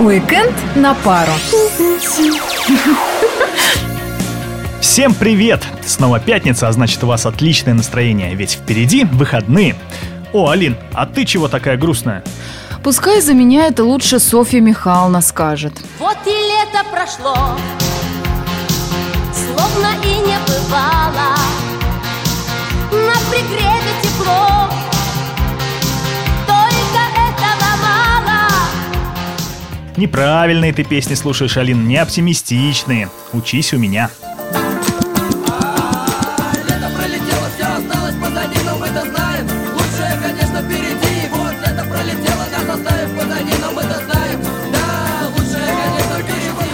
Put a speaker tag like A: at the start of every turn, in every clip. A: Уикенд на пару.
B: Всем привет! Снова пятница, а значит у вас отличное настроение, ведь впереди выходные. О, Алин, а ты чего такая грустная?
A: Пускай за меня это лучше Софья Михайловна скажет.
C: Вот и лето прошло, словно и не бывало. На пригреве тепло, только этого мало.
B: Неправильные ты песни слушаешь, Алин, не оптимистичные. Учись у меня.
D: Лето пролетело, все осталось позади, но мы-то знаем Лучшее, конечно, впереди И Вот лето пролетело, нас оставив позади, но мы-то знаем Да, лучшее, конечно, впереди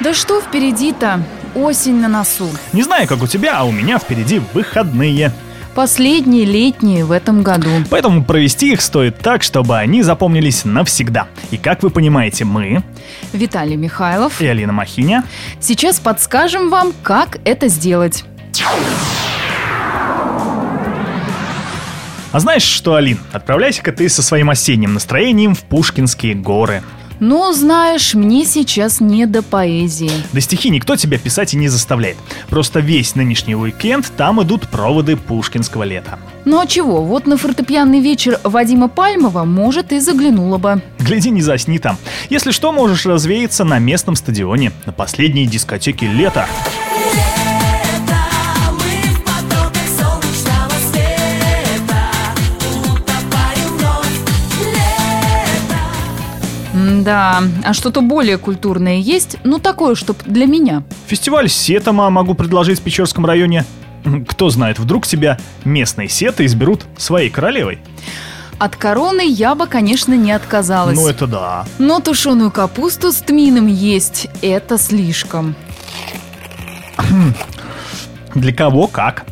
A: Да что впереди-то? Осень на носу.
B: Не знаю, как у тебя, а у меня впереди выходные.
A: Последние летние в этом году.
B: Поэтому провести их стоит так, чтобы они запомнились навсегда. И как вы понимаете, мы
A: Виталий Михайлов.
B: и Алина Махиня
A: Сейчас подскажем вам, как это сделать.
B: А знаешь что, Алин, отправляйся-ка ты со своим осенним настроением в Пушкинские горы.
A: Но, «Ну, знаешь, мне сейчас не до поэзии.
B: Да стихи никто тебя писать и не заставляет. Просто весь нынешний уикенд там идут проводы пушкинского лета.
A: Ну а чего, вот на фортепианный вечер Вадима Пальмова, может, и заглянула бы.
B: Гляди, не засни там. Если что, можешь развеяться на местном стадионе, на последней дискотеке лета.
D: Лето, мы в потоках солнечного света Утопаем вновь Лето
A: Да, а что-то более культурное есть? Ну, такое, чтоб для меня.
B: Фестиваль Сетома могу предложить в Печорском районе. М, Кто знает, вдруг тебя местные сеты изберут своей королевой.
A: От короны я бы, конечно, не отказалась.
B: Ну это да.
A: Но тушеную капусту с тмином есть – это слишком.
B: Для кого как.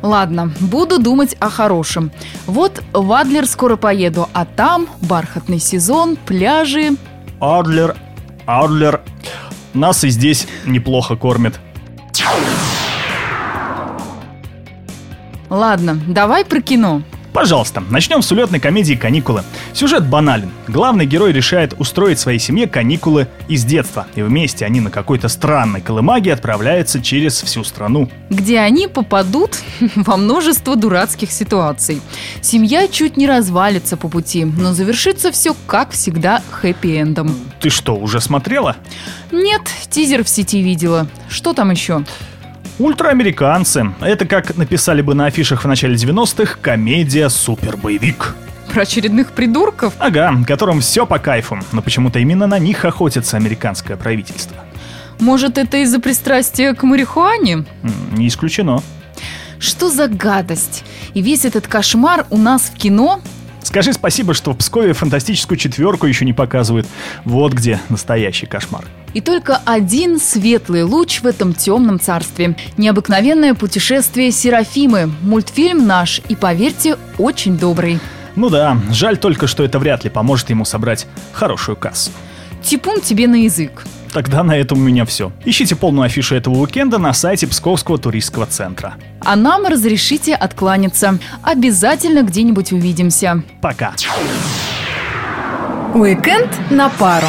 A: Ладно, буду думать о хорошем. Вот в Адлер скоро поеду, а там бархатный сезон, пляжи.
B: Адлер, Адлер, нас и здесь неплохо кормят.
A: Ладно, давай про кино.
B: Пожалуйста, начнем с улетной комедии «Каникулы». Сюжет банален. Главный герой решает устроить своей семье каникулы из детства, и вместе они на какой-то странной колымаге отправляются через всю страну.
A: где они попадут во множество дурацких ситуаций. Семья чуть не развалится по пути, но завершится все, как всегда, хэппи-эндом.
B: Ты что, уже смотрела?
A: Нет, тизер в сети видела. Что там еще?
B: Ультраамериканцы. Это, как написали бы на афишах в начале 90-х, комедия-супербоевик.
A: Про очередных придурков?
B: Ага, которым все по кайфу, но почему-то именно на них охотится американское правительство.
A: Может, это из-за пристрастия к марихуане?
B: М, Не исключено.
A: Что за гадость? И весь этот кошмар у нас в кино?
B: Скажи спасибо, что в Пскове фантастическую четверку еще не показывают. Вот где настоящий кошмар.
A: И только один светлый луч в этом темном царстве. Необыкновенное путешествие Серафимы. Мультфильм наш и, поверьте, очень добрый.
B: Ну да, жаль только, что это вряд ли поможет ему собрать хорошую кассу.
A: Типун тебе на язык.
B: Тогда на этом у меня все. Ищите полную афишу этого уикенда на сайте Псковского туристского центра.
A: А нам разрешите откланяться. Обязательно где-нибудь увидимся.
B: Пока.
A: Уикенд на пару.